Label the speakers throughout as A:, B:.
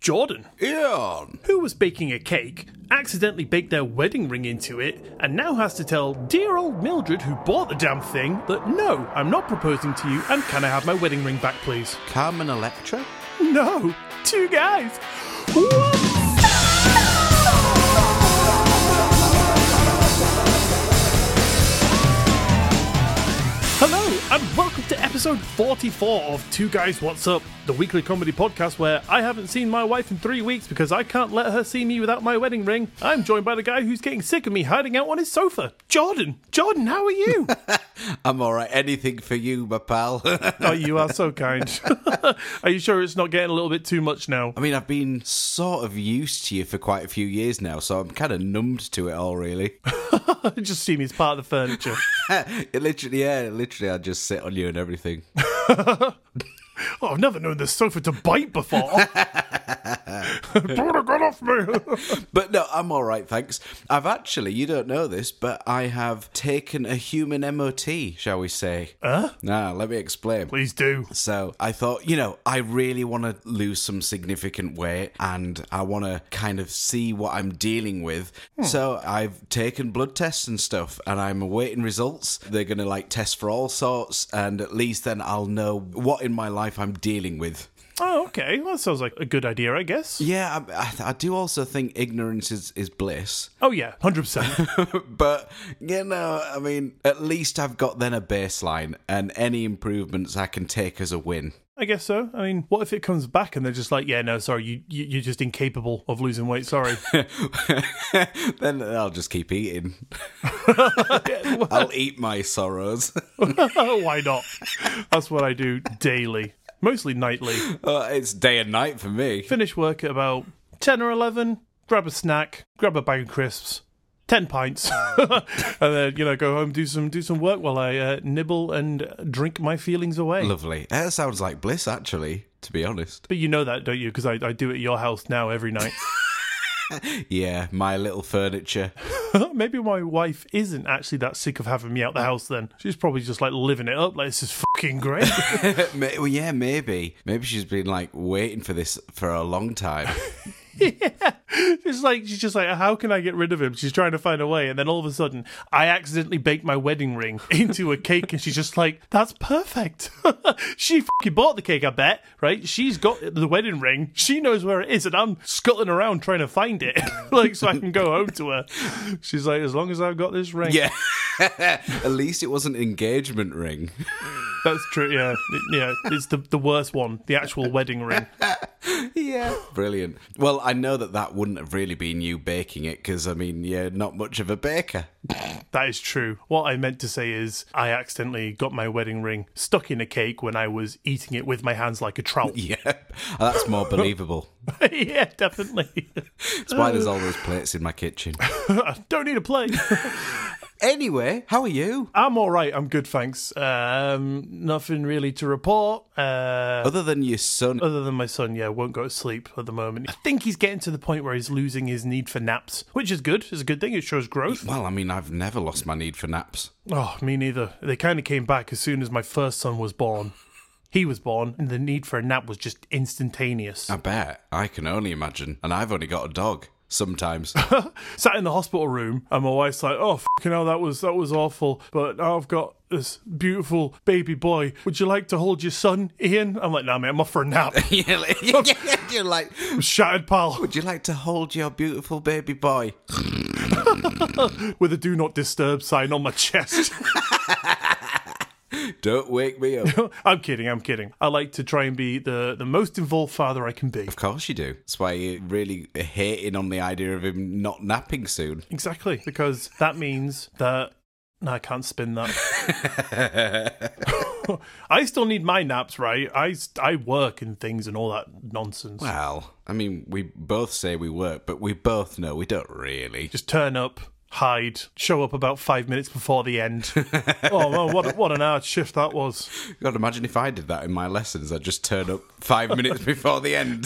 A: Jordan,
B: Ian!
A: who was baking a cake, accidentally baked their wedding ring into it, and now has to tell dear old Mildred, who bought the damn thing, that no, I'm not proposing to you, and can I have my wedding ring back, please?
B: Carmen Electra?
A: No, two guys. What? Hello, and welcome to episode 44 of Two Guys What's Up, the weekly comedy podcast where I haven't seen my wife in three weeks because I can't let her see me without my wedding ring. I'm joined by the guy who's getting sick of me hiding out on his sofa, Jordan. Jordan, how are you?
B: I'm alright, anything for you, my pal. I
A: oh, you are so kind. are you sure it's not getting a little bit too much now?
B: mean, I've been sort of used to you for quite a few years now, so I'm kind of numbed to it all, really.
A: Just see me as part of the furniture.
B: it literally, yeah, literally, I just sit on you and everything.
A: Oh, I've never known this sofa to bite before. Brother, get off me.
B: But no, I'm alright, thanks. I've actually, you don't know this, but I have taken a human MOT, shall we say? Huh? Now, let me explain.
A: Please do.
B: So I thought, you know, I really want to lose some significant weight and I want to kind of see what I'm dealing with. So I've taken blood tests and stuff and I'm awaiting results. They're going to like test for all sorts and at least then I'll know what in my life I'm dealing with.
A: Oh, okay. Well, that sounds like a good idea, I guess.
B: Yeah, I, I- I do also think ignorance is, is bliss.
A: Oh, yeah, 100%.
B: but, you know, I mean, at least I've got then a baseline and any improvements I can take as a win.
A: I guess so. I mean, what if it comes back and they're just like, yeah, no, sorry, you, you, you're just incapable of losing weight, sorry.
B: then I'll just keep eating. I'll eat my sorrows.
A: Why not? That's what I do daily, mostly nightly.
B: Uh, it's day and night for me.
A: Finish work at about 10 or 11, grab a snack, grab a bag of crisps. 10 pints and then you know go home do some do some work while i uh, nibble and drink my feelings away
B: Lovely. Uh, That sounds like bliss, actually, to be honest.
A: But you know that, don't you? Because I, I do it at your house now every night.
B: Yeah, my little furniture.
A: Maybe my wife isn't actually that sick of having me out the house then. She's probably just like living it up. Like, this is fucking great.
B: Ma- well, yeah, maybe. Maybe she's been like waiting for this for a long time.
A: it's like, she's just like, how can I get rid of him? She's trying to find a way. And then all of a sudden, I accidentally baked my wedding ring into a cake. And she's just like, that's perfect. she fucking bought the cake, I bet, right? She's got the wedding ring. She knows where it is. And I'm scuttling around trying to find it, like, so I can go home to her. She's like, as long as I've got this ring.
B: yeah. at least it was an engagement ring.
A: That's true. Yeah, It- yeah. It's the the worst one, the actual wedding ring.
B: Yeah. Brilliant. Well, I know that that wouldn't have really been you baking it because, I mean, you're not much of a baker.
A: That is true. What I meant to say is, I accidentally got my wedding ring stuck in a cake when I was eating it with my hands like a trout.
B: Yeah. That's more believable.
A: yeah, definitely.
B: That's why there's all those plates in my kitchen.
A: Don't need a plate.
B: Anyway, how are you?
A: I'm all right. I'm good, thanks. Um, nothing really to report. Uh,
B: Other than your son,
A: other than my son, yeah, won't go to sleep at the moment. I think he's getting to the point where he's losing his need for naps, which is good. It's a good thing. It shows growth.
B: well, I mean, I've never lost my need for naps.
A: Oh, me neither. They kind of came back as soon as my first son was born. He was born, and the need for a nap was just instantaneous.
B: I bet. I can only imagine. And I've only got a dog. Sometimes.
A: Sat in the hospital room, and my wife's like, "Oh, fucking hell, that was that was awful." But now I've got this beautiful baby boy. Would you like to hold your son, Ian? I'm like, "Nah, mate, I'm off for a nap."
B: you're, like, you're like,
A: Shattered pal
B: would you like to hold your beautiful baby boy?
A: with a do not disturb sign on my chest.
B: Don't wake me up.
A: I'm kidding. I'm kidding. I like to try and be the the most involved father I can be.
B: of course you do. That's why you're really hating on the idea of him not napping soon.
A: Exactly, because that means that. No, I can't spin that. I still need my naps, right? I, st- I work and things and all that nonsense.
B: Well, I mean, we both say we work, but we both know we don't really.
A: Just turn up, hide, show up about five minutes before the end. oh, man, what, a- what an hard shift that was.
B: God, imagine if I did that in my lessons. I'd just turn up five minutes before the end.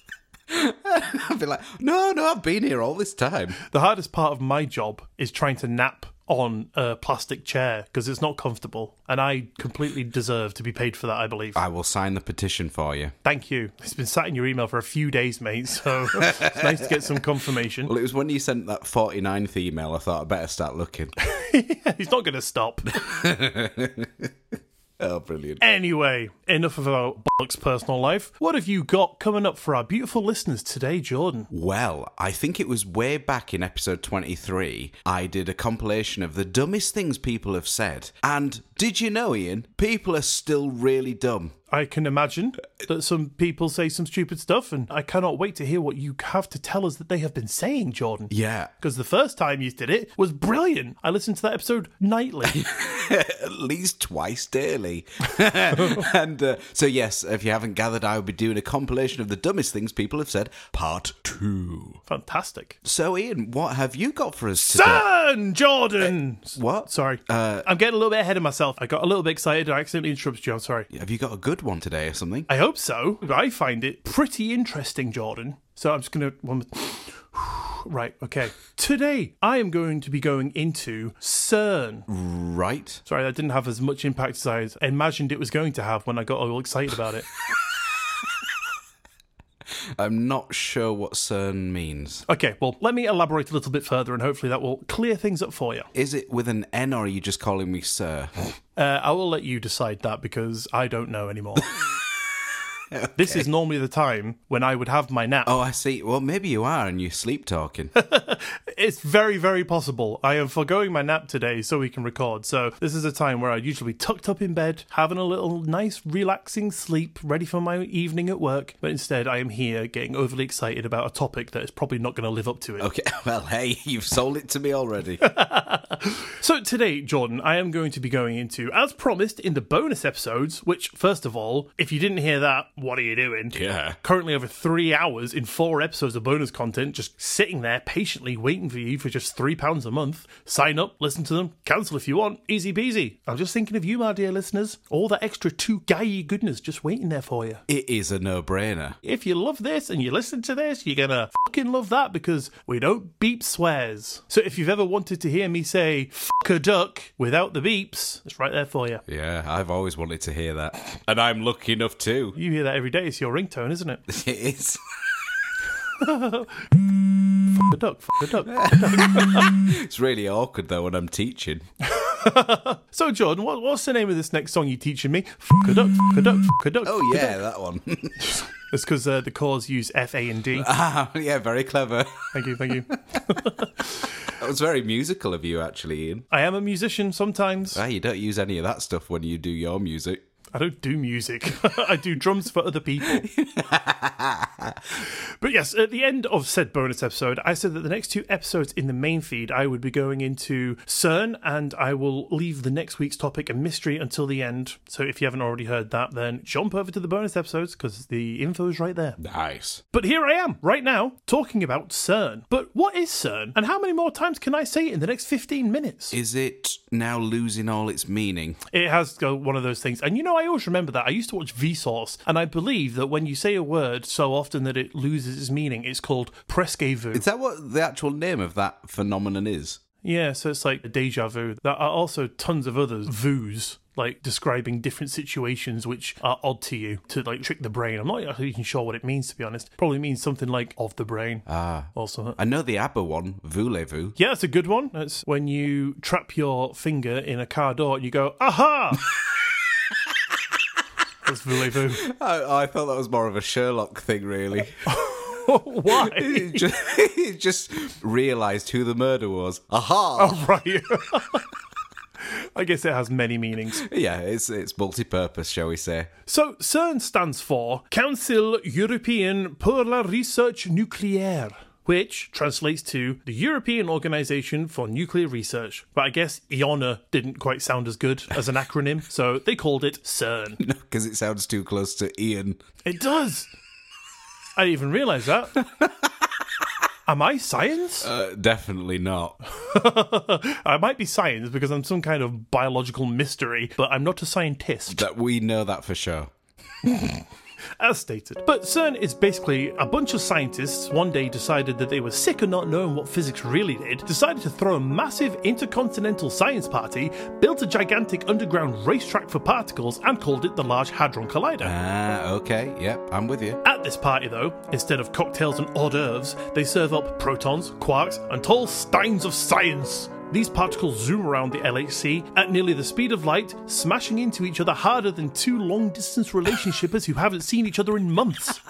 B: I'd be like, no, no, I've been here all this time.
A: The hardest part of my job is trying to nap on a plastic chair because it's not comfortable. And I completely deserve to be paid for that, I believe.
B: I will sign the petition for you.
A: Thank you. It's been sat in your email for a few days, mate, so it's nice to get some confirmation.
B: Well, it was when you sent that 49th email, I thought I better start looking.
A: He's not going to stop.
B: oh, brilliant.
A: Anyway, enough of our bollocks personal life. What have you got coming up for our beautiful listeners today, Jordan?
B: Well, I think it was way back in episode 23, I did a compilation of the dumbest things people have said. And did you know, Ian, people are still really dumb.
A: I can imagine that some people say some stupid stuff, and I cannot wait to hear what you have to tell us that they have been saying, Jordan.
B: Yeah.
A: Because the first time you did it was brilliant. I listened to that episode nightly.
B: At least twice daily. and uh, so, yes, if you haven't gathered, I will be doing a compilation of the dumbest things people have said, part two.
A: Fantastic.
B: So, Ian, what have you got for us today?
A: Done, Jordan!
B: what?
A: Sorry. I'm getting a little bit ahead of myself. I got a little bit excited. I accidentally interrupted you. I'm sorry.
B: Have you got a good one today or something?
A: I hope so. I find it pretty interesting, Jordan. So I'm just going to. Right, okay. Today, I am going to be going into CERN.
B: Right.
A: Sorry, that didn't have as much impact as I imagined it was going to have when I got all excited about it.
B: I'm not sure what CERN means.
A: Okay, well, let me elaborate a little bit further and hopefully that will clear things up for you.
B: Is it with an N or are you just calling me Sir?
A: Uh, I will let you decide that because I don't know anymore. This is normally the time when I would have my nap.
B: Oh, I see. Well, maybe you are and you're sleep talking.
A: It's very, very possible. I am foregoing my nap today so we can record. So, this is a time where I'd usually be tucked up in bed, having a little nice, relaxing sleep, ready for my evening at work. But instead, I am here getting overly excited about a topic that is probably not going to live up to it.
B: okay, well, hey, you've sold it to me already.
A: So today, Jordan, I am going to be going into, as promised in the bonus episodes, which, first of all, if you didn't hear that, what are you doing?
B: Yeah.
A: Currently over three hours in four episodes of bonus content, just sitting there patiently waiting for you for just three pounds a month. Sign up, listen to them, cancel if you want, easy peasy. I'm just thinking of you, my dear listeners. All that extra two guy goodness just waiting there for you.
B: it is a no brainer.
A: If you love this and you listen to this, you're gonna fucking love that because we don't beep swears. So if you've ever wanted to hear me say fuck a duck without the beeps, it's right there for you.
B: Yeah, I've always wanted to hear that. And I'm lucky enough too.
A: You hear that every day. It's your ringtone, isn't it?
B: It is.
A: Fuck a duck, fuck a duck.
B: It's really awkward though when I'm teaching.
A: So Jordan, what, what's the name of this next song you're teaching me? Fuck a duck, fuck a duck, fuck a duck.
B: Oh, yeah, that one.
A: It's because uh, the cores use F, A, and D.
B: ah, yeah, very clever.
A: Thank you, thank you.
B: That was very musical of you, actually, Ian.
A: I am a musician sometimes.
B: Ah, you don't use any of that stuff when you do your music.
A: I don't do music. I do drums for other people. but yes, at the end of said bonus episode, I said that the next two episodes in the main feed, I would be going into CERN, and I will leave the next week's topic a mystery until the end. So if you haven't already heard that, then jump over to the bonus episodes because the info is right there.
B: Nice.
A: But here I am, right now, talking about CERN. But what is CERN, and how many more times can I say it in the next 15 minutes?
B: Is it now losing all its meaning?
A: It has got one of those things. And you know, I always remember that. I used to watch Vsauce, and I believe that when you say a word so often that it loses its meaning, it's called presque vu.
B: Is that what the actual name of that phenomenon is?
A: yeah, so it's like deja vu. There are also tons of others, vus. Like describing different situations which are odd to you to like trick the brain. I'm not actually even sure what it means to be honest. Probably means something like of the brain. Ah. Or something.
B: I know the ABBA one, Voulez-vous.
A: Yeah, that's a good one. That's when you trap your finger in a car door and you go, aha! that's voulez-vous.
B: I, I thought that was more of a Sherlock thing, really.
A: Why?
B: he just, he just realised who the murder was. Aha!
A: right. I guess it has many meanings.
B: Yeah, it's it's multi-purpose, shall we say?
A: So CERN stands for Council Européen pour la Recherche Nucléaire. Which translates to the European Organization for Nuclear Research. But I guess IONA didn't quite sound as good as an acronym, so they called it CERN.
B: Because it sounds too close to Ian.
A: It does! I didn't even realize that. Am I science?
B: Uh, definitely not.
A: I might be science because I'm some kind of biological mystery, but I'm not a scientist.
B: That we know that for sure.
A: as stated. But CERN is basically a bunch of scientists one day decided that they were sick of not knowing what physics really did, decided to throw a massive intercontinental science party, built a gigantic underground racetrack for particles, and called it the Large Hadron Collider.
B: Ah, okay. Yep, I'm with you.
A: At this party, though, instead of cocktails and hors d'oeuvres, they serve up protons, quarks, and tall steins of science. These particles zoom around the LHC at nearly the speed of light, smashing into each other harder than two long distance relationshippers who haven't seen each other in months.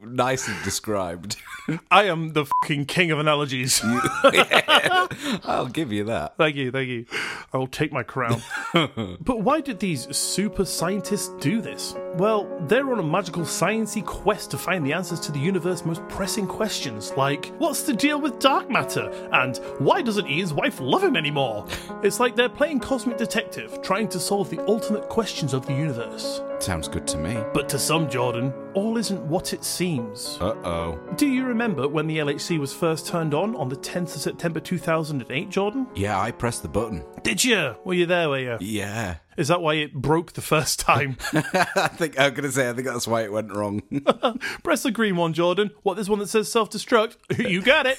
B: Nicely described.
A: I am the fucking king of analogies.
B: I'll give you that.
A: Thank you, thank you. I will take my crown. but why did these super scientists do this? Well, they're on a magical sciency quest to find the answers to the universe's most pressing questions, like what's the deal with dark matter and why doesn't Ian's wife love him anymore? It's like they're playing cosmic detective, trying to solve the ultimate questions of the universe.
B: Sounds good to me.
A: But to some, Jordan, all isn't what it seems.
B: Uh oh.
A: Do you remember when the LHC was first turned on on the 10th of September 2008, Jordan?
B: Yeah, I pressed the button.
A: Did you? Were you there? Were you?
B: Yeah.
A: Is that why it broke the first time?
B: I think I'm gonna say I think that's why it went wrong.
A: Press the green one, Jordan. What this one that says self-destruct? you got it.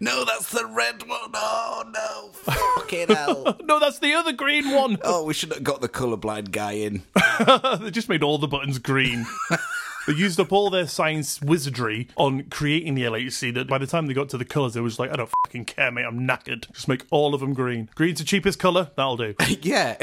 B: no, that's the red one. Oh no! Fucking hell!
A: no, that's the other green one.
B: Oh, we should have got the colorblind guy in.
A: they just made all the buttons green. they used up all their science wizardry on creating the LHC. That by the time they got to the colours, they were just like, I don't fucking care, mate. I'm knackered. Just make all of them green. Green's the cheapest colour. That'll do.
B: yeah,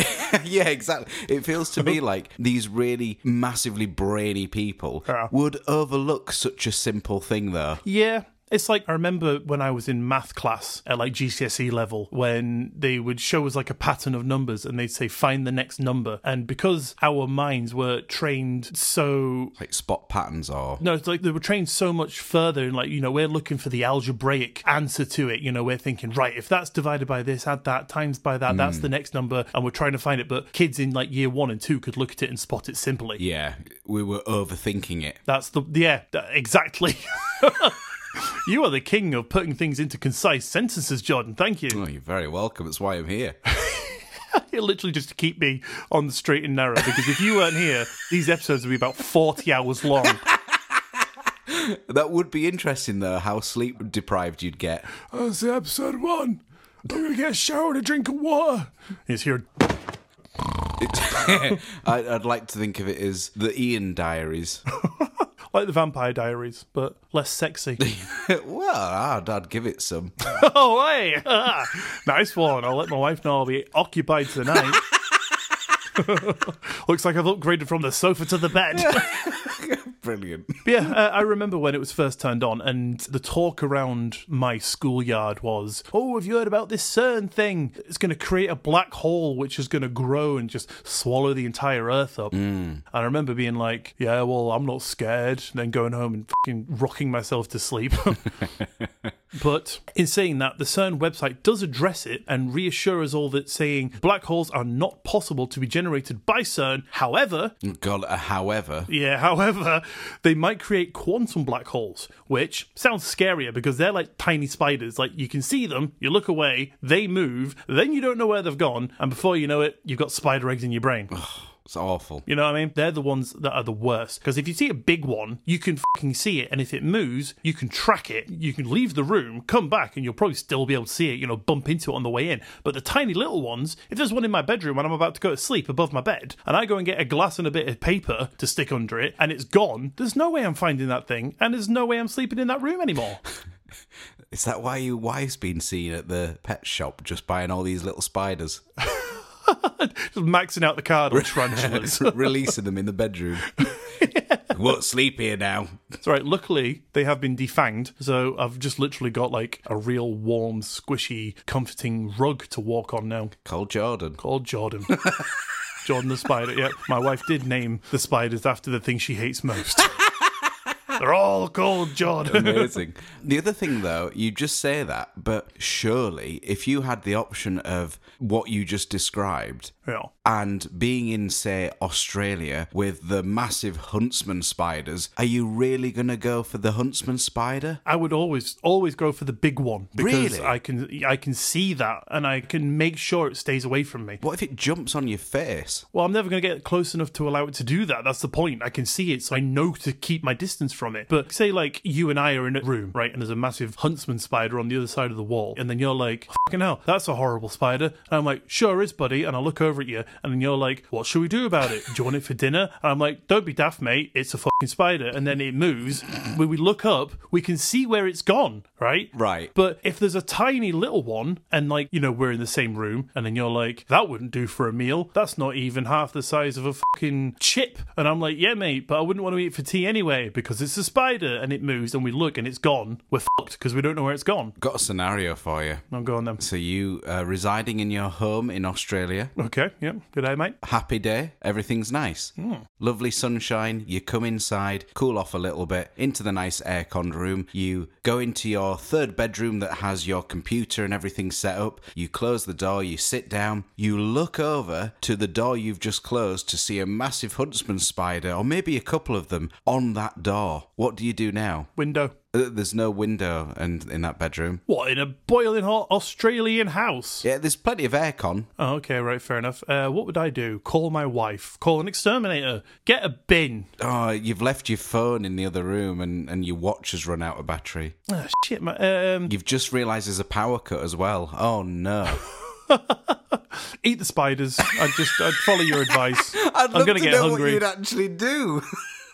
B: yeah, exactly. It feels to me like these really massively brainy people
A: Yeah.
B: would overlook such a simple thing, though.
A: Yeah. It's like I remember when I was in math class at like GCSE E level when they would show us like a pattern of numbers and they'd say find the next number and because our minds were trained so
B: Like spot patterns or
A: no it's like they were trained so much further and like you know we're looking for the algebraic answer to it you know we're thinking right if that's divided by this add that times by that that's the next number and we're trying to find it but kids in like year 1 and 2 could look at it and spot it simply
B: yeah, we were overthinking it.
A: that's the yeah, th- exactly. you are the king of putting things into concise sentences, Jordan. Thank you.
B: Oh, you're very welcome. That's why I'm here.
A: You're literally just to keep me on the straight and narrow because if you weren't here, these episodes would be about 40 hours long.
B: that would be interesting, though. How sleep deprived you'd get.
A: That's the episode one. I'm gonna get a shower and a drink of water. Is here
B: It- I, I'd like to think of it as the Ian Diaries.
A: like the Vampire Diaries, but less sexy.
B: well, I'd, I'd give it some.
A: oh, hey, nice one. I'll let my wife know I'll be occupied tonight. Looks like I've upgraded from the sofa to the bed.
B: Brilliant.
A: But yeah, uh, I remember when it was first turned on, and the talk around my schoolyard was, "Oh, have you heard about this CERN thing? It's going to create a black hole which is going to grow and just swallow the entire Earth up." And I remember being like, "Yeah, well, I'm not scared," and then going home and fucking rocking myself to sleep. But in saying that, the CERN website does address it and reassure us all that saying black holes are not possible to be generated by CERN. However,
B: God, uh, however,
A: yeah, however, they might create quantum black holes, which sounds scarier because they're like tiny spiders. Like you can see them, you look away, they move, then you don't know where they've gone, and before you know it, you've got spider eggs in your brain.
B: it's awful.
A: You know what I mean? They're the ones that are the worst. Because if you see a big one, you can fucking see it, and if it moves, you can track it. You can leave the room, come back, and you'll probably still be able to see it, you know, bump into it on the way in. But the tiny little ones, if there's one in my bedroom and I'm about to go to sleep above my bed, and I go and get a glass and a bit of paper to stick under it, and it's gone, there's no way I'm finding that thing, and there's no way I'm sleeping in that room anymore.
B: Is that why your wife's been seen at the pet shop just buying all these little spiders,
A: Just maxing out the card on tarantulas.
B: releasing them in the bedroom? Won't sleep here now.
A: It's all right. Luckily, they have been defanged, so I've just literally got like a real warm, squishy, comforting rug to walk on now
B: Call Jordan.
A: called Jordan. Jordan the spider. Yeah, my wife did name the spiders after the thing she hates most. They're all called Jordan.
B: Amazing. the other thing, though, you just say that, but surely if you had the option of what you just described
A: Yeah.
B: and being in, say, Australia with the massive huntsman spiders, are you really going to go for the huntsman spider?
A: I would always always go for the big one because
B: Really?
A: I can I can see that and I can make sure it stays away from me.
B: What if it jumps on your face?
A: Well, I'm never going to get close enough to allow it to do that. That's the point. I can see it, so I know to keep my distance from it. But say, like, you and I are in a room, right? And there's a massive huntsman spider on the other side of the wall. And then you're like, fucking hell, that's a horrible spider. And I'm like, sure is, buddy. And I look over at you. And then you're like, what should we do about it? Do you want it for dinner? And I'm like, don't be daft, mate. It's a fucking spider. And then it moves. When we look up, we can see where it's gone, right?
B: Right.
A: But if there's a tiny little one, and like, you know, we're in the same room, and then you're like, that wouldn't do for a meal. That's not even half the size of a fucking chip. And I'm like, yeah, mate, but I wouldn't want to eat for tea anyway because it's a spider and it moves and we look and it's gone. We're fucked because we don't know where it's gone.
B: Got a scenario for you.
A: I'm going then.
B: So you uh, residing in your home in Australia,
A: Okay, yeah. Good day, mate.
B: happy day, everything's nice. Lovely sunshine, you come inside, cool off a little bit, into the nice aircon room, you go into your third bedroom that has your computer and everything set up, you close the door, you sit down, you look over to the door you've just closed to see a massive huntsman spider, or maybe a couple of them, on that door. What do you do now?
A: Window.
B: Uh, There's no window and in that bedroom.
A: What, in a boiling hot Australian house?
B: Yeah, there's plenty of aircon.
A: Oh, okay, right, fair enough. Uh, what would I do? Call my wife, call an exterminator, get a bin.
B: Oh, you've left your phone in the other room and, and your watch has run out of battery.
A: Ah, shit, my, um,
B: You've just realised there's a power cut as well. Oh no.
A: eat the spiders. I'd just I'd follow your advice. I'm gonna get hungry.
B: actually do.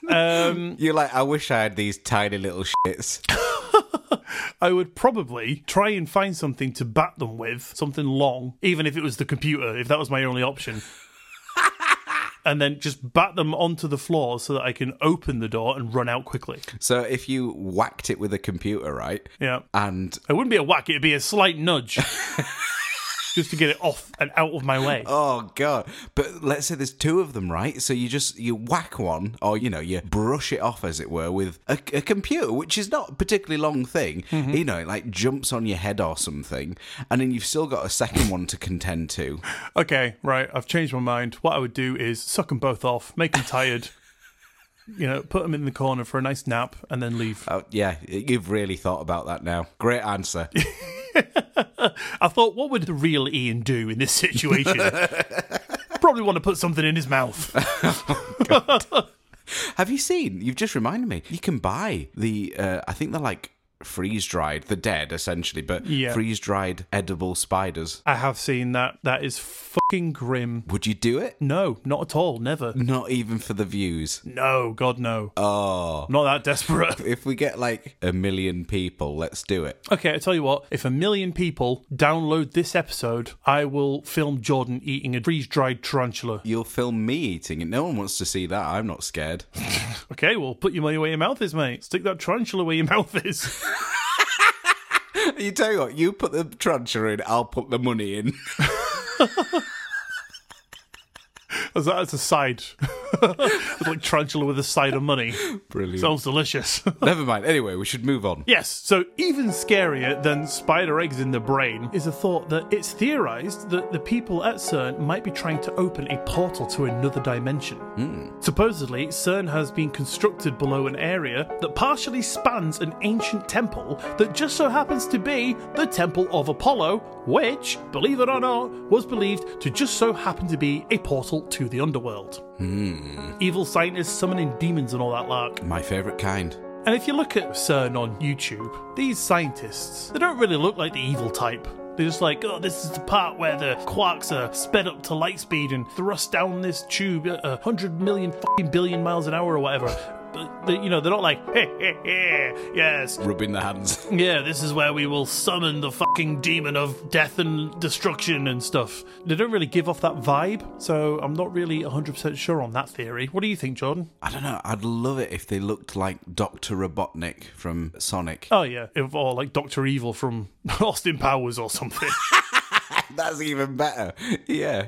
A: Um,
B: You're like, I wish I had these tiny little shits.
A: I would probably try and find something to bat them with, something long, even if it was the computer, if that was my only option. And then just bat them onto the floor so that I can open the door and run out quickly.
B: So if you whacked it with a computer, right?
A: Yeah.
B: And
A: It wouldn't be a whack, it'd be a slight nudge. just to get it off and out of my way.
B: oh god. But let's say there's two of them, right? So you just you whack one or you know, you brush it off as it were with a, a computer, which is not a particularly long thing.
A: Mm-hmm.
B: You know, it like jumps on your head or something, and then you've still got a second one to contend to.
A: okay, right, I've changed my mind. What I would do is suck them both off, make them tired, you know, put them in the corner for a nice nap, and then leave.
B: Oh yeah, you've really thought about that now. Great answer.
A: I thought, what would the real Ian do in this situation? Probably want to put something in his mouth.
B: Have you seen? You've just reminded me. You can buy the. Uh, I think they're like freeze dried, the dead essentially, but
A: Yeah.
B: freeze dried edible spiders.
A: I have seen that. That is fucking grim.
B: Would you do it?
A: No, not at all. Never.
B: Not even for the views.
A: No, God, no.
B: Oh.
A: I'm not that desperate.
B: If we get like a million people, let's do it.
A: Okay, I tell you what. If a million people download this episode, I will film Jordan eating a freeze-dried tarantula.
B: You'll film me eating it. No one wants to see that. I'm not scared.
A: Okay, well, put your money where your mouth is, mate. Stick that tarantula where your mouth is.
B: you tell you what, you put the trencher in, I'll put the money in.
A: As that's a side, It's like tarantula with a side of money.
B: Brilliant.
A: Sounds delicious.
B: Never mind. Anyway, we should move on.
A: Yes, so even scarier than spider eggs in the brain is the thought that it's theorized that the people at CERN might be trying to open a portal to another dimension. Supposedly, CERN has been constructed below an area that partially spans an ancient temple that just so happens to be the Temple of Apollo, which, believe it or not, was believed to just so happen to be a portal to the underworld. Evil scientists summoning demons and all that lark.
B: My favourite kind.
A: And if you look at CERN on YouTube, these scientists, they don't really look like the evil type. They're just like, oh, this is the part where the quarks are sped up to light speed and thrust down this tube at 100 million fucking billion miles an hour or whatever. But, they, you know, they're not like, hey, hey, hey, yes,
B: Rubbing the hands.
A: yeah, this is where we will summon the fucking demon of death and destruction and stuff. They don't really give off that vibe, so I'm not really 100% sure on that theory. What do you think, Jordan?
B: I don't know. I'd love it if they looked like Doctor Robotnik from Sonic.
A: Oh yeah, if, or like Doctor Evil from Austin Powers or something.
B: That's even better. Yeah,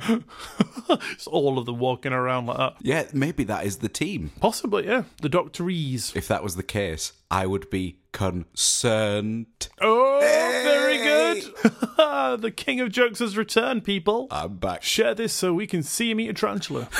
A: it's all of them walking around like that.
B: yeah. Maybe that is the team.
A: Possibly, yeah. The Doctorees.
B: If that was the case, I would be concerned.
A: Oh, very good. good. the king of jokes has returned, people.
B: I'm back.
A: Share this so we can see him eat a tarantula.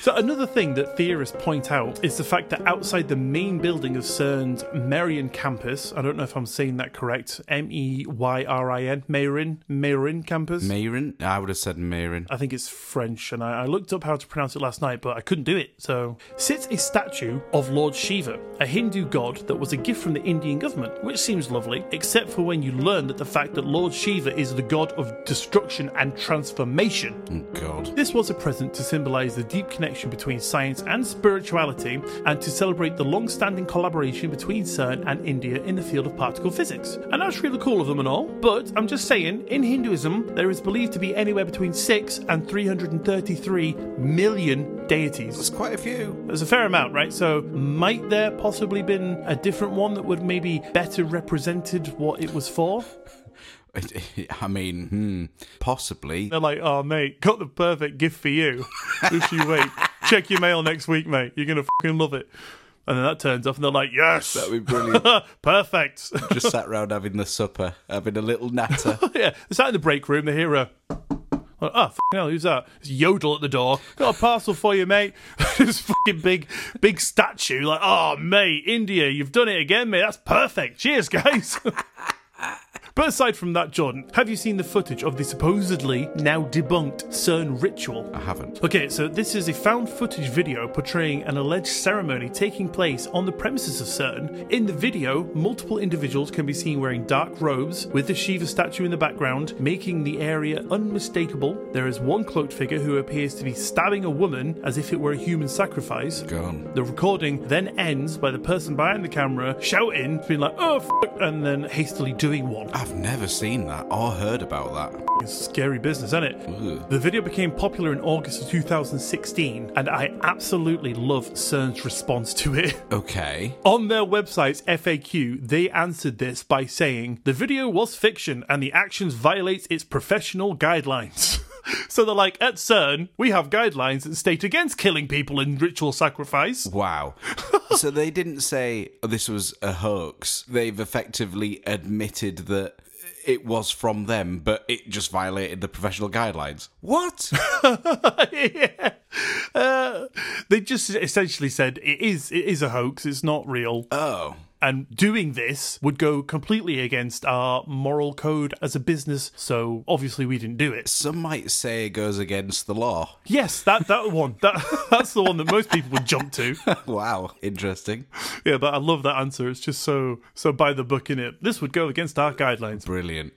A: So another thing that theorists point out is the fact that outside the main building of CERN's Merion campus, I don't know if I'm saying that correct, M E Y R I N, Merion, Merion campus.
B: Mayrin? I would have said Mayrin.
A: I think it's French, and I, I looked up how to pronounce it last night, but I couldn't do it. So, sits a statue of Lord Shiva, a Hindu god that was a gift from the Indian government, which seems lovely, except for when you learn that the fact that Lord Shiva is the god of destruction and transformation.
B: Oh, God.
A: This was a present to symbolize the deep connection between science and spirituality and to celebrate the long standing collaboration between CERN and India in the field of particle physics. And that's really cool of them and all, but I'm just saying, in Hinduism, there is believed to be anywhere between 6 and 333 million deities.
B: It's quite a few.
A: There's a fair amount, right? So, might there possibly been a different one that would maybe better represented what it was for?
B: I mean, hmm, possibly.
A: They're like, oh, mate, got the perfect gift for you. if you wait, check your mail next week, mate. You're going to fucking love it. And then that turns off, and they're like, yes,
B: That'd be brilliant.
A: perfect.
B: Just sat round having the supper, having a little natter.
A: yeah, it's out in the break room. They hear a, like, oh, fucking hell, who's that? It's Yodel at the door. Got a parcel for you, mate. this fucking big, big statue. Like, oh, mate, India, you've done it again, mate. That's perfect. Cheers, guys. But aside from that, Jordan, have you seen the footage of the supposedly now debunked CERN ritual?
B: I haven't.
A: Okay, so this is a found footage video portraying an alleged ceremony taking place on the premises of CERN. In the video, multiple individuals can be seen wearing dark robes, with the Shiva statue in the background, making the area unmistakable. There is one cloaked figure who appears to be stabbing a woman as if it were a human sacrifice.
B: Gone.
A: The recording then ends by the person behind the camera shouting, being like, oh, f-, and then hastily doing one.
B: I've never seen that or heard about that.
A: It's scary business, isn't it?
B: Ugh.
A: The video became popular in August of 2016, and I absolutely love CERN's response to it.
B: Okay.
A: On their website's FAQ, they answered this by saying, The video was fiction, and the actions violates its professional guidelines. so they're like, At CERN, we have guidelines that state against killing people in ritual sacrifice.
B: Wow. so they didn't say "Oh, this was a hoax. They've effectively admitted that it was from them, but it just violated the professional guidelines. What?
A: yeah. Uh, they just essentially said it is it is a hoax, it's not real.
B: oh.
A: And doing this would go completely against our moral code as a business, so obviously we didn't do it.
B: Some might say it goes against the law.
A: Yes, that, that one. That, that's the one that most people would jump to.
B: Wow. Interesting.
A: Yeah, but I love that answer. It's just so so by the book in it. This would go against our guidelines.
B: Brilliant.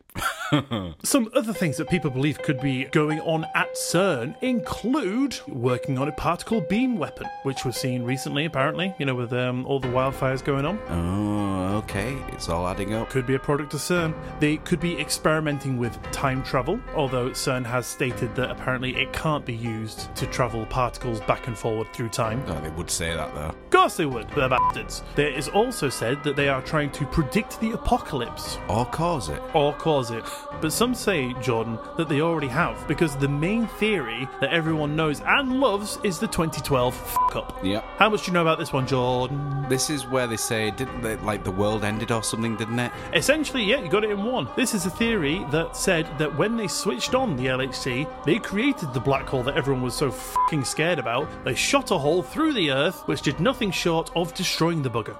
A: Some other things that people believe could be going on at CERN include working on a particle beam weapon, which was seen recently apparently, you know, with um, all the wildfires going on.
B: Oh, okay. It's all adding up.
A: could be a product of CERN. They could be experimenting with time travel, although CERN has stated that apparently it can't be used to travel particles back and forward through time.
B: Oh, they would say that, though.
A: Of course they would, they're bastards. There is also said that they are trying to predict the apocalypse
B: Or cause it.
A: or cause it. But some say, Jordan, that they already have, because the main theory that everyone knows and loves is the 2012 fuck up.
B: Yep.
A: How much do you know about this one, Jordan?
B: This is where they say, didn't they, like the world ended or something, didn't it?
A: Essentially, yeah, you got it in one. This is a theory that said that when they switched on the LHC, they created the black hole that everyone was so fucking scared about. They shot a hole through the Earth, which did nothing short of destroying the bugger.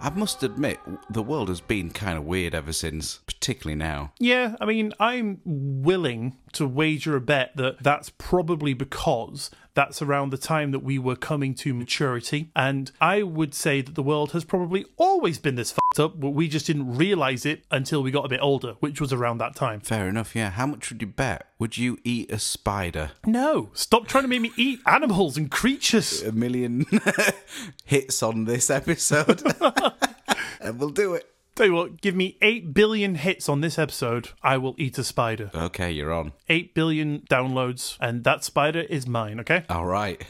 B: I must admit, the world has been kind of weird ever since, particularly now.
A: Yeah, I mean, I'm willing to wager a bet that that's probably because that's around the time that we were coming to maturity. And I would say that the world has probably always been this fucked up, but we just didn't realize it until we got a bit older, which was around that time.
B: Fair enough, yeah. How much would you bet? Would you eat a spider?
A: No, stop trying to make me eat animals and creatures.
B: A million hits on this episode. and we'll do it.
A: Tell you what, give me 8 billion hits on this episode, I will eat a spider.
B: Okay, you're on.
A: 8 billion downloads, and that spider is mine, okay?
B: All right.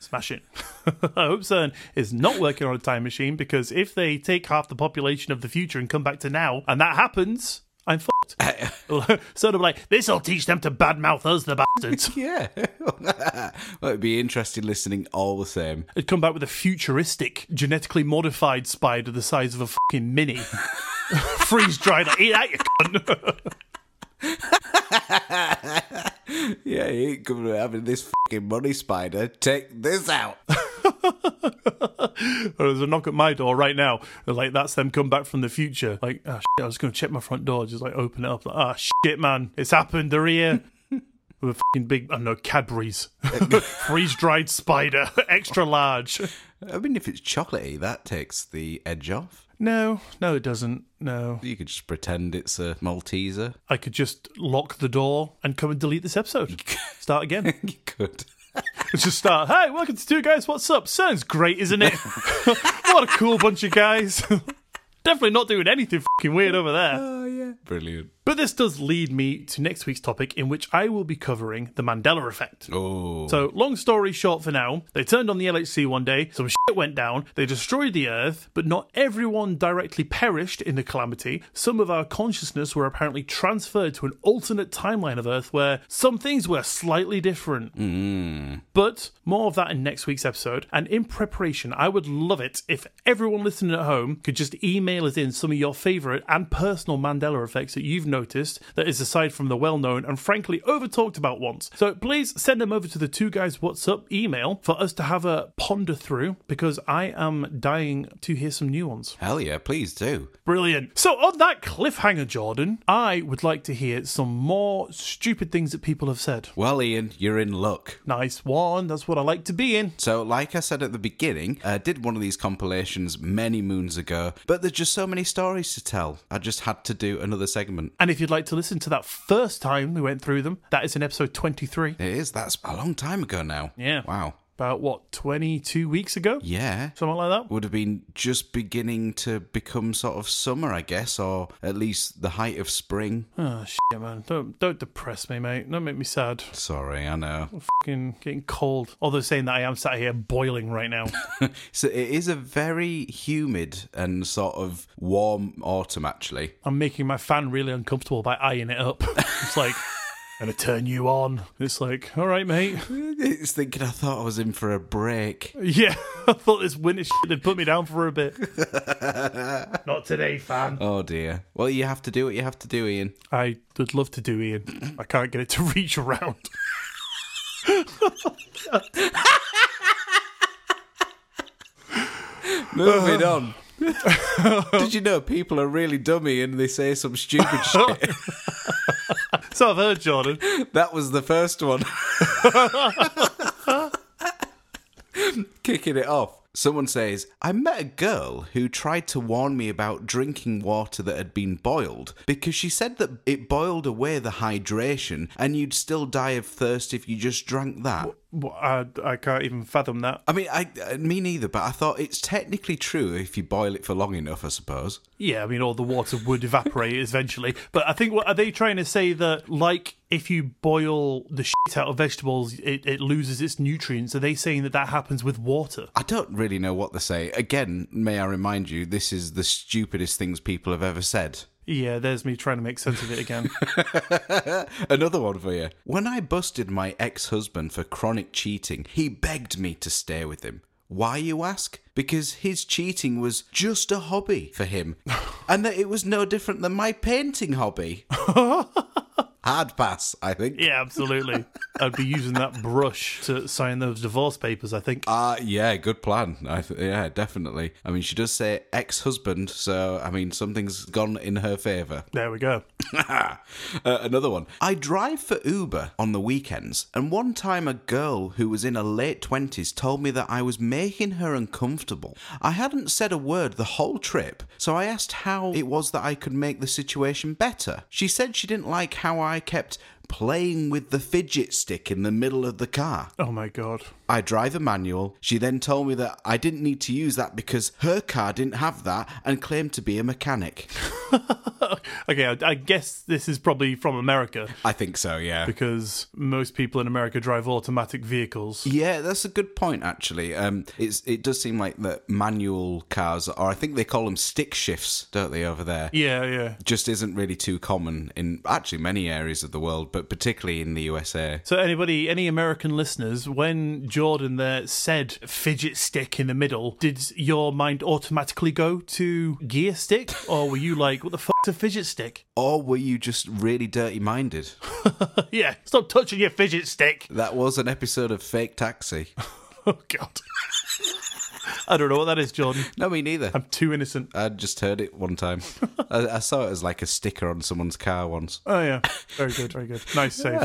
A: Smash it. I hope CERN is not working on a time machine because if they take half the population of the future and come back to now, and that happens, I'm fucked. lot. sort of like, this'll teach them to badmouth us, the bastards.
B: Yeah. well, it'd be interesting listening all the same.
A: It'd come back with a futuristic, genetically modified spider the size of a fucking mini. Freeze dried, like, eat that, you cunt.
B: Yeah, you ain't coming to having this fucking money spider. Take this out.
A: or there's a knock at my door right now. They're like, that's them come back from the future. Like, ah, shit, I was going to check my front door. Just like, open it up. Like, ah, shit, man. It's happened. They're here. With a fucking big, I don't know, Cadbury's. Freeze dried spider. Extra large.
B: I mean, if it's chocolatey, that takes the edge off.
A: No, no, it doesn't. No.
B: You could just pretend it's a Malteser.
A: I could just lock the door and come and delete this episode. Start again.
B: You could.
A: Just start. Hey, welcome to Two Guys. What's up? Sounds great, isn't it? what a cool bunch of guys. Definitely not doing anything fucking weird over there.
B: Oh, yeah. Brilliant.
A: But this does lead me to next week's topic, in which I will be covering the Mandela effect.
B: Oh.
A: So, long story short for now, they turned on the LHC one day, some shit went down, they destroyed the Earth, but not everyone directly perished in the calamity. Some of our consciousness were apparently transferred to an alternate timeline of Earth where some things were slightly different. But more of that in next week's episode. And in preparation, I would love it if everyone listening at home could just email us in some of your favourite and personal Mandela effects that you've noticed that is aside from the well known and frankly over talked about ones. So please send them over to the two guys what's up email for us to have a ponder through because I am dying to hear some new ones.
B: Hell yeah, please do.
A: Brilliant. So, on that cliffhanger, Jordan, I would like to hear some more stupid things that people have said.
B: Well, Ian, you're in luck.
A: Nice one. That's what I like to be in.
B: So, like I said at the beginning, I did one of these compilations many moons ago, but there's just so many stories to tell. I just had to do another segment.
A: And if you'd like to listen to that first time we went through them, that is in episode 23.
B: It is. That's a long time ago now.
A: Yeah.
B: Wow.
A: About what, 22 weeks ago?
B: Yeah.
A: Something like that?
B: Would have been just beginning to become sort of summer, I guess, or at least the height of spring.
A: Oh, shit, man. Don't, don't depress me, mate. Don't make me sad.
B: Sorry, I know.
A: Fucking getting cold. Although saying that I am sat here boiling right now.
B: So it is a very humid and sort of warm autumn, actually.
A: I'm making my fan really uncomfortable by eyeing it up. It's like, gonna turn you on. It's like, all right, mate.
B: It's thinking I thought I was in for a break.
A: Yeah, I thought this winter shit had put me down for a bit. Not today, fan.
B: Oh dear. Well, you have to do what you have to do, Ian.
A: I would love to do Ian. I can't get it to reach around.
B: Moving on. Did you know people are really dummy and they say some stupid shit?
A: So I've heard, Jordan.
B: That was the first one. Kicking it off. Someone says, I met a girl who tried to warn me about drinking water that had been boiled because she said that it boiled away the hydration and you'd still die of thirst if you just drank that.
A: Well, I, I can't even fathom that.
B: I mean, I, uh, me neither, but I thought it's technically true if you boil it for long enough, I suppose.
A: Yeah, I mean, all the water would evaporate eventually. But I think, what are they trying to say that, like, if you boil the shit out of vegetables, it, it loses its nutrients? Are they saying that that happens with water?
B: I don't really know what to say. Again, may I remind you, this is the stupidest things people have ever said.
A: Yeah, there's me trying to make sense of it again.
B: Another one for you. When I busted my ex husband for chronic cheating, he begged me to stay with him. Why, you ask? Because his cheating was just a hobby for him, and that it was no different than my painting hobby. Hard pass, I think.
A: yeah, absolutely. I'd be using that brush to sign those divorce papers, I think.
B: Uh, yeah, good plan. I th- yeah, definitely. I mean, she does say ex husband, so I mean, something's gone in her favour.
A: There we go.
B: uh, another one. I drive for Uber on the weekends, and one time a girl who was in her late 20s told me that I was making her uncomfortable. I hadn't said a word the whole trip, so I asked how it was that I could make the situation better. She said she didn't like how I kept playing with the fidget stick in the middle of the car.
A: Oh my god.
B: I drive a manual. She then told me that I didn't need to use that because her car didn't have that and claimed to be a mechanic.
A: okay, I, I guess this is probably from America
B: I think so, yeah.
A: because most people in America drive automatic vehicles.
B: Yeah, that's a good point actually. Um, it's it does seem like that manual cars, or I think they call them stick shifts, don't they, over there?
A: Yeah, yeah.
B: Just isn't really too common in actually many areas of the world, but particularly in the USA.
A: So anybody, any American listeners, when Jordan there said fidget stick in the middle, did your mind automatically go to gear stick, or were you like, what the fuck's a fidget stick?
B: Or were you just really dirty minded?
A: yeah, stop touching your fidget stick.
B: That was an episode of Fake Taxi.
A: Oh god. I don't know what that is, Jordan.
B: No, me neither.
A: I'm too innocent.
B: I just heard it one time. I, I saw it as like a sticker on someone's car once.
A: Oh yeah, very good, very good. Nice save.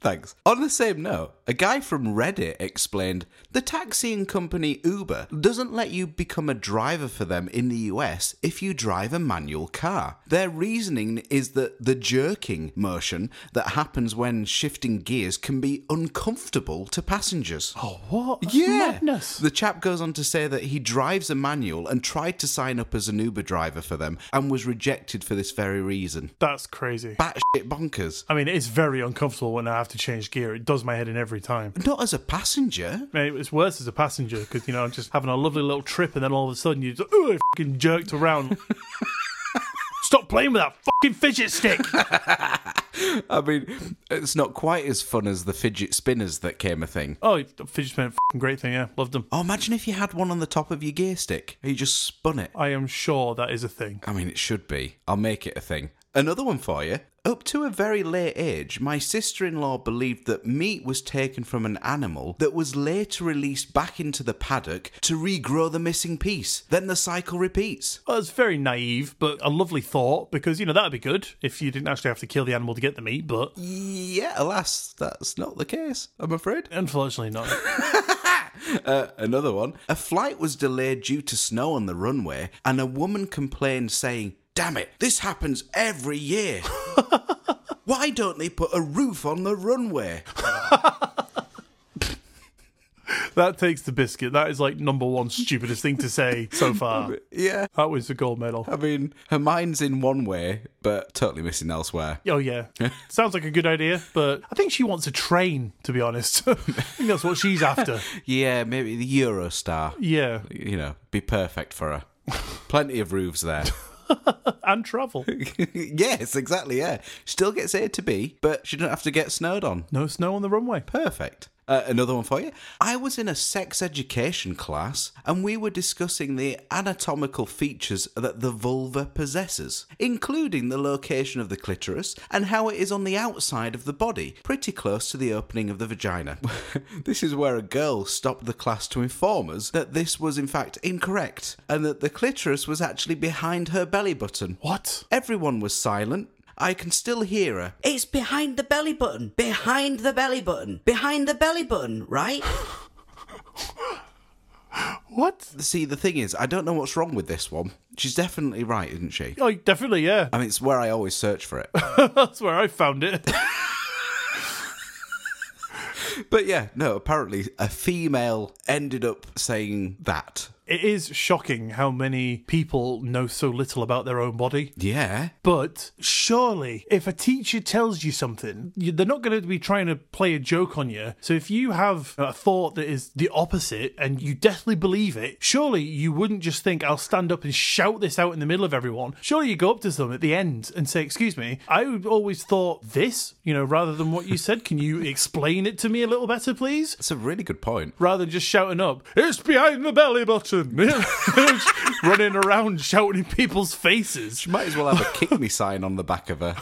B: Thanks. On the same note, a guy from Reddit explained the taxiing company Uber doesn't let you become a driver for them in the US if you drive a manual car. Their reasoning is that the jerking motion that happens when shifting gears can be uncomfortable to passengers.
A: Oh what? That's
B: Yeah.
A: madness.
B: The chap goes on to say that he drives a manual and tried to sign up as an Uber driver for them and was rejected for this very reason.
A: That's crazy.
B: Batshit bonkers.
A: I mean, it's very uncomfortable when I have to change gear. It does my head in every time.
B: Not as a passenger.
A: I mean, it's worse as a passenger because you know I'm just having a lovely little trip, and then all of a sudden you just oh, fucking jerked around. Stop playing with that fucking fidget stick.
B: I mean, it's not quite as fun as the fidget spinners that came a thing.
A: oh, fidget spinner, fucking great thing. Yeah, loved them.
B: Oh, imagine if you had one on the top of your gear stick. You just spun it.
A: I am sure that is a thing.
B: I mean, it should be. I'll make it a thing. Another one for you. Up to a very late age, my sister in law believed that meat was taken from an animal that was later released back into the paddock to regrow the missing piece. Then the cycle repeats.
A: Well, it's very naive, but a lovely thought because you know that'd be good if you didn't actually have to kill the animal to get the meat. But
B: Yeah, alas, that's not the case, I'm afraid.
A: unfortunately, not.
B: Uh, another one. A flight was delayed due to snow on the runway, and a woman complained, saying, Damn it, this happens every year. Why don't they put a roof on the runway?
A: that takes the biscuit. That is like number one stupidest thing to say so far.
B: Yeah,
A: That was the gold medal.
B: I mean, her mind's in one way, but totally missing elsewhere.
A: Oh yeah, sounds like a good idea, but I think she wants a train. To be honest, I think that's what she's after.
B: Yeah, maybe the Eurostar,
A: Yeah,
B: you know, be perfect for her. Plenty of roofs there.
A: and travel.
B: yes, exactly, yeah. Still gets A to B, but she doesn't have to get snowed on.
A: No snow on the runway.
B: Perfect. Uh, another one for you. I was in a sex education class and we were discussing the anatomical features that the vulva possesses, including the location of the clitoris and how it is on the outside of the body, pretty close to the opening of the vagina. this is where a girl stopped the class to inform us that this was in fact incorrect and that the clitoris was actually behind her belly button.
A: What?
B: Everyone was silent. I can still hear her.
C: It's behind the belly button. Behind the belly button. Behind the belly button, right?
A: What?
B: See, the thing is, I don't know what's wrong with this one. She's definitely right, isn't she?
A: Oh, definitely, yeah.
B: I mean, it's where I always search for it.
A: That's where I found it.
B: but yeah, no, apparently a female ended up saying that.
A: It is shocking how many people know so little about their own body.
B: Yeah.
A: But surely, if a teacher tells you something, you, they're not going to be trying to play a joke on you. So if you have a thought that is the opposite and you definitely believe it, surely you wouldn't just think, I'll stand up and shout this out in the middle of everyone. Surely you go up to them at the end and say, Excuse me, I always thought this, you know, rather than what you said. Can you explain it to me a little better, please?
B: That's a really good point.
A: rather than just shouting up, it's behind the belly button, Just running around shouting in people's faces.
B: Might as well have a kick me sign on the back of her.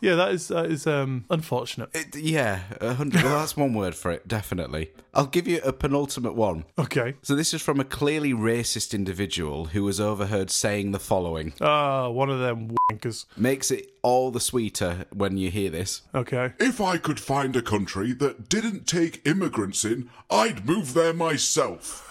A: Yeah, that is that is um, unfortunate.
B: It, yeah, a hundred. Well, that's one word for it, definitely. I'll give you a penultimate one.
A: Okay.
B: So this is from a clearly racist individual who was overheard saying the following.
A: Ah, one of them wankers.
B: Makes it all the sweeter when you hear this.
A: Okay.
D: If I could find a country that didn't take immigrants in, I'd move there myself.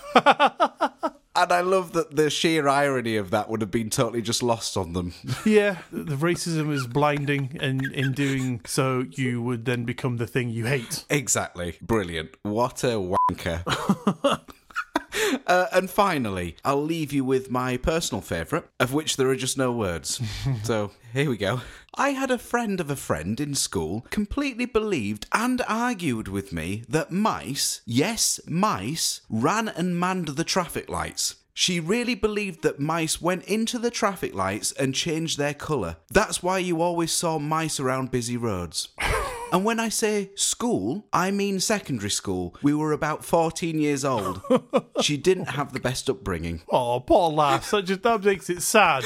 B: And I love that the sheer irony of that would have been totally just lost on them.
A: Yeah, the racism is blinding, and in doing so, you would then become the thing you hate.
B: Exactly. Brilliant. What a wanker. Uh, and finally, I'll leave you with my personal favourite, of which there are just no words. so here we go. I had a friend of a friend in school completely believed and argued with me that mice, yes, mice, ran and manned the traffic lights. She really believed that mice went into the traffic lights and changed their colour. That's why you always saw mice around busy roads. And when I say school, I mean secondary school. We were about 14 years old. she didn't have the best upbringing.
A: Oh, poor lass. That just that makes it sad.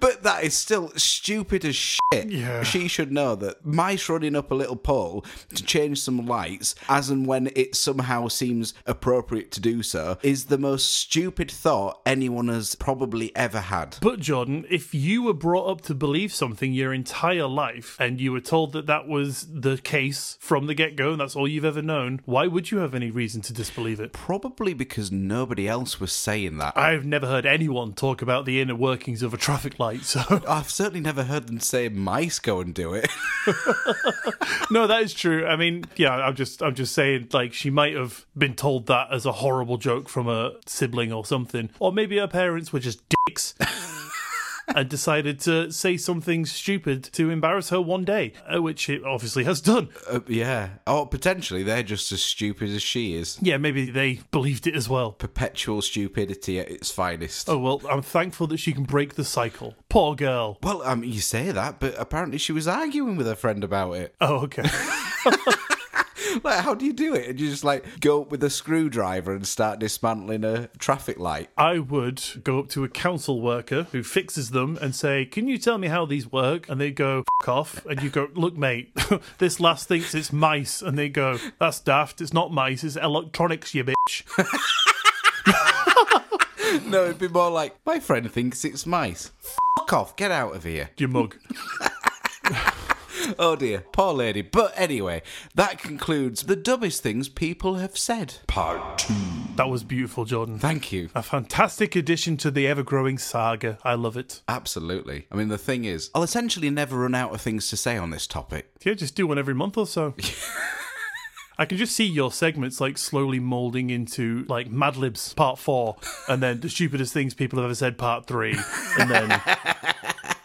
B: But that is still stupid as shit.
A: Yeah.
B: She should know that mice running up a little pole to change some lights, as and when it somehow seems appropriate to do so, is the most stupid thought anyone has probably ever had.
A: But Jordan, if you were brought up to believe something your entire life, and you were told that that was the case from the get-go, and that's all you've ever known, why would you have any reason to disbelieve it?
B: Probably because nobody else was saying that.
A: I've never heard anyone talk about the inner workings of a traffic light, so
B: I've certainly never heard them say mice go and do it.
A: no, that is true. I mean, yeah, I'm just, I'm just saying, like she might have been told that as a horrible joke from a sibling or something, or maybe her parents were just dicks. And decided to say something stupid to embarrass her one day, uh, which it obviously has done.
B: Uh, yeah. Or potentially they're just as stupid as she is.
A: Yeah, maybe they believed it as well.
B: Perpetual stupidity at its finest.
A: Oh, well, I'm thankful that she can break the cycle. Poor girl.
B: Well, um, you say that, but apparently she was arguing with her friend about it.
A: Oh, okay.
B: Like, how do you do it? And you just like go up with a screwdriver and start dismantling a traffic light.
A: I would go up to a council worker who fixes them and say, Can you tell me how these work? And they go, F off. And you go, Look, mate, this last thinks it's mice. And they go, That's daft. It's not mice. It's electronics, you bitch.
B: No, it'd be more like my friend thinks it's mice. Fuck off, get out of here.
A: You mug.
B: Oh dear, poor lady. But anyway, that concludes the dumbest things people have said.
D: Part 2.
A: That was beautiful, Jordan.
B: Thank you.
A: A fantastic addition to the ever growing saga. I love it.
B: Absolutely. I mean, the thing is, I'll essentially never run out of things to say on this topic.
A: Yeah, just do one every month or so. I can just see your segments like slowly molding into like Mad Libs part four, and then the stupidest things people have ever said part three, and then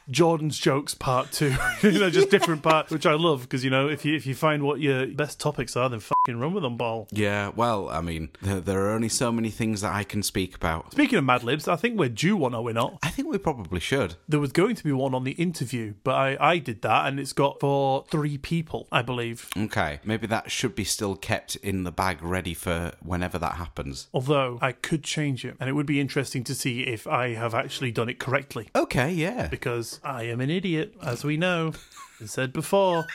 A: Jordan's jokes part two. you know, just different parts, which I love because you know if you if you find what your best topics are, then fucking run with them, ball.
B: Yeah, well, I mean, there, there are only so many things that I can speak about.
A: Speaking of Mad Libs, I think we're due one, are we not?
B: I think we probably should.
A: There was going to be one on the interview, but I, I did that, and it's got for three people, I believe.
B: Okay, maybe that should be still kept in the bag ready for whenever that happens.
A: Although I could change it, and it would be interesting to see if I have actually done it correctly.
B: Okay, yeah.
A: because I am an idiot, as we know, and said before.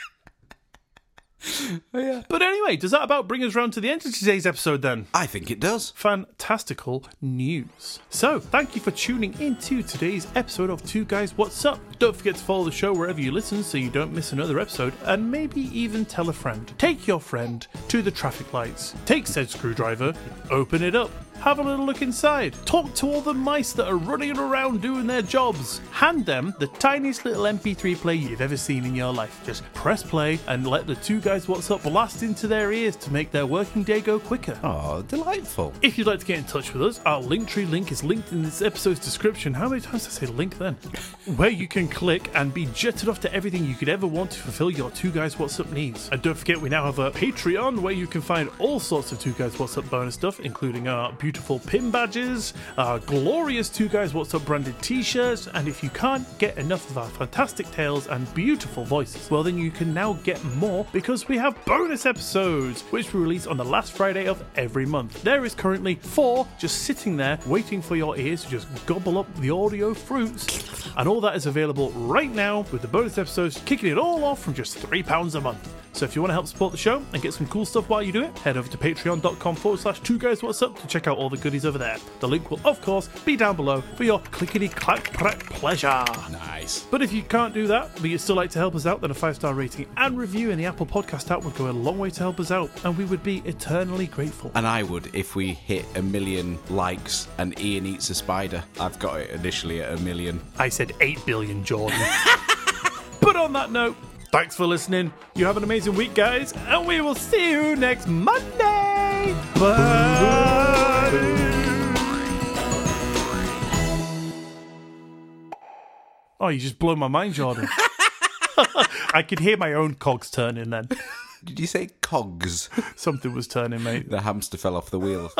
B: Oh,
A: But anyway, does that about bring us round to the end of today's episode then?
B: I think it does.
A: Fantastical news. So, thank you for tuning in to today's episode of Two Guys What's Up. Don't forget to follow the show wherever you listen so you don't miss another episode, and maybe even tell a friend. Take your friend to the traffic lights, take said screwdriver, open it up, have a little look inside, talk to all the mice that are running around doing their jobs, hand them the tiniest little MP3 player you've ever seen in your life. Just press play and let the Two Guys What's Up blast into their ears to make their working day go quicker.
B: Oh, delightful.
A: If you'd like to get in touch with us, our Linktree link is linked in this episode's description. How many times did I say link then? Where you can click and be jetted off to everything you could ever want to fulfill your Two Guys What's Up needs. And don't forget, we now have a Patreon where you can find all sorts of Two Guys What's Up bonus stuff, including our beautiful pin badges, our glorious Two Guys What's Up branded t shirts, and if you can't get enough of our fantastic tales and beautiful voices, well, then you can now get more because we have bonus episodes, which we release on the last Friday of every month. There is currently four just sitting there waiting for your ears to just gobble up the audio fruits. And all that is available right now with the bonus episodes kicking it all off from just £3 a month. So if you want to help support the show and get some cool stuff while you do it, head over to patreon.com forward slash two guys what's up to check out all the goodies over there. The link will, of course, be down below for your clickety clack crack pleasure.
B: Nice.
A: But if you can't do that, but you'd still like to help us out, then a five star rating and review in the Apple Podcast app would go a long way to help us out, and we would be eternally grateful.
B: And I would if we hit a million likes and Ian eats a spider. I've got it initially at a million.
A: I said 8 billion, Jordan. but on that note, thanks for listening. You have an amazing week, guys, and we will see you next Monday. Bye. Oh, you just blew my mind, Jordan. I could hear my own cogs turning then.
B: Did you say cogs?
A: Something was turning, mate.
B: the hamster fell off the wheel.